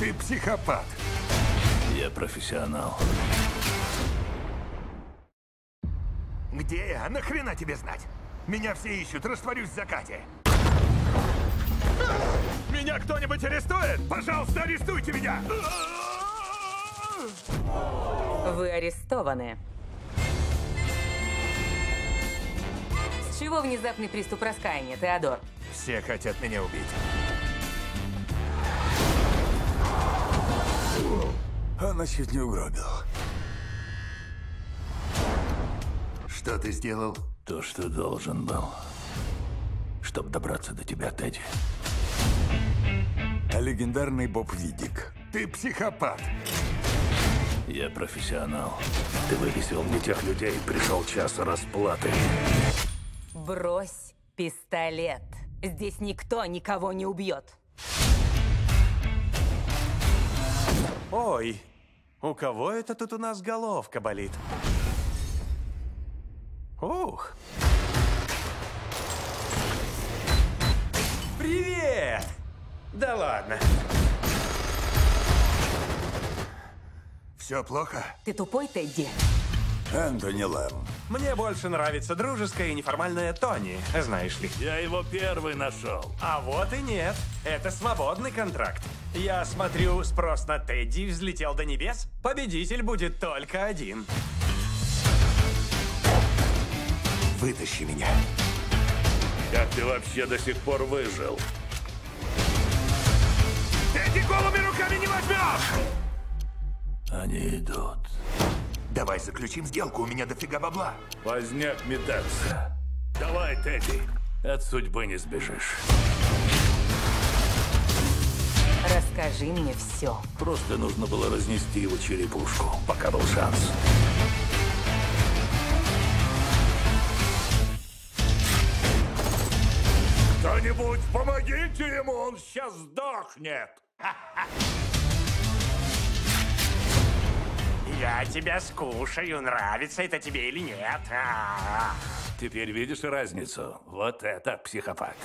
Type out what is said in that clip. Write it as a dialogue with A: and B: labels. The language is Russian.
A: Ти психопат.
B: Я профессионал.
A: Где я? Нахрена тебе знать? Меня все ищут, растворюсь в закате. Меня кто-нибудь арестует? Пожалуйста, арестуйте меня!
C: Вы арестованы. С чего внезапный приступ раскаяния, Теодор?
A: Все хотят меня убить. А
B: Она чуть не угробила.
A: Что ты сделал?
B: То, что должен был. Чтобы добраться до тебя, Тедди. Легендарный Боб Видик.
A: Ты психопат.
B: Я профессионал. Ты вывесил мне тех людей, пришел час расплаты.
C: Брось пистолет. Здесь никто никого не убьет.
D: Ой, у кого это тут у нас головка болит? Ух! Привет! Да ладно.
A: Все плохо?
C: Ты тупой, Тедди?
B: Энтони Лэм.
D: Мне больше нравится дружеская и неформальная Тони, знаешь ли.
B: Я его первый нашел.
D: А вот и нет. Это свободный контракт. Я смотрю, спрос на Тедди взлетел до небес. Победитель будет только один.
A: Вытащи меня.
B: Как ты вообще до сих пор выжил?
A: Эти голыми руками не возьмешь!
B: Они идут.
A: Давай заключим сделку, у меня дофига бабла.
B: Поздняк метаться. Давай, Тедди. От судьбы не сбежишь.
C: Расскажи мне все.
B: Просто нужно было разнести его черепушку, пока был шанс.
A: Кто-нибудь, помогите ему, он сейчас сдохнет.
D: Я тебя скушаю, нравится это тебе или нет. А-а-а.
B: Теперь видишь разницу? Вот это психопат.